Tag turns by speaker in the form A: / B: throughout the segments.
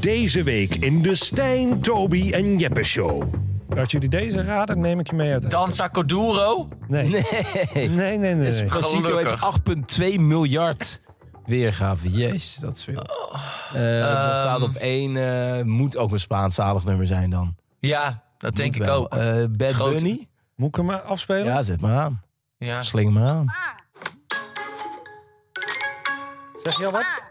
A: Deze week in de Stijn, Toby en Jeppe Show.
B: Als jullie deze raden, neem ik je mee uit.
C: Danza Coduro?
B: Nee, nee,
D: Nee.
B: nee, nee. nee.
D: Casico heeft
C: Gelukkig.
D: 8,2 miljard weergave. Jezus, dat is veel.
C: Oh.
D: Eh,
C: Ehm.
D: dat staat op één. eh, moet ook een Spaansalig nummer zijn dan.
C: Ja, dat denk
D: Moet
C: ik
D: wel.
C: ook.
D: Eh, Bad
C: Groot.
D: Bunny?
B: Moet ik hem maar afspelen?
D: Ja, zet maar aan.
C: Ja.
D: Sling maar aan.
B: Zeg je al wat?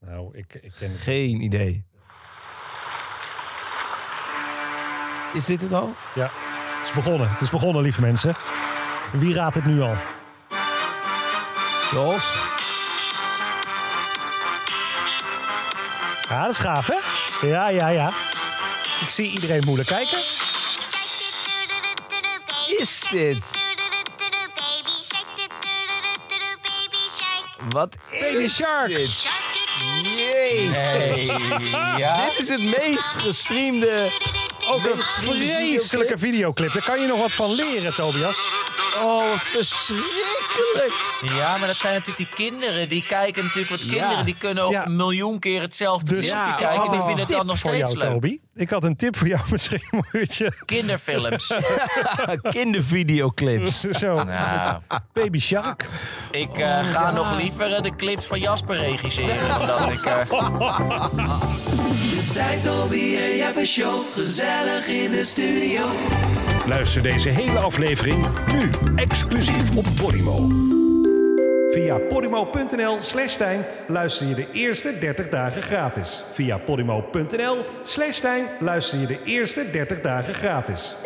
B: Nou, ik, ik ken het.
D: Geen idee. Is dit het al?
B: Ja, het is begonnen. Het is begonnen, lieve mensen. Wie raadt het nu al?
D: Jos?
B: Ja, Ah, dat is gaaf, hè? Ja, ja, ja. Ik zie iedereen moeilijk kijken.
D: Is dit? Wat is dit? Jezus. Dit is het meest gestreamde...
B: Ook een vreselijke videoclip. Daar kan je nog wat van leren, Tobias.
D: Oh, wat verschrikkelijk.
C: ja, maar dat zijn natuurlijk die kinderen. Die kijken natuurlijk, want
D: Ja.
C: kinderen die kunnen ook
B: Ja.
C: een miljoen keer hetzelfde
B: Dus-
C: filmpje
D: Ja,
C: kijken. Die
D: oh.
C: vinden het dan nog
B: Voor
C: steeds
B: jou,
C: leuk.
B: Toby. Ik had een tip voor jou. Misschien moet je
C: Kinderfilms.
D: Kindervideoclips.
B: zo...
C: nou,
B: Baby Shark.
C: ik eh, ga
D: Oh,
C: nog liever eh, de clips van Jasper regisseren. Dan dat ik, eh,
A: Luister deze hele aflevering nu exclusief op Podimo. Via podimo.nl slash Stijn luister je de eerste 30 dagen gratis. Via podimo.nl slash Stijn luister je de eerste 30 dagen gratis.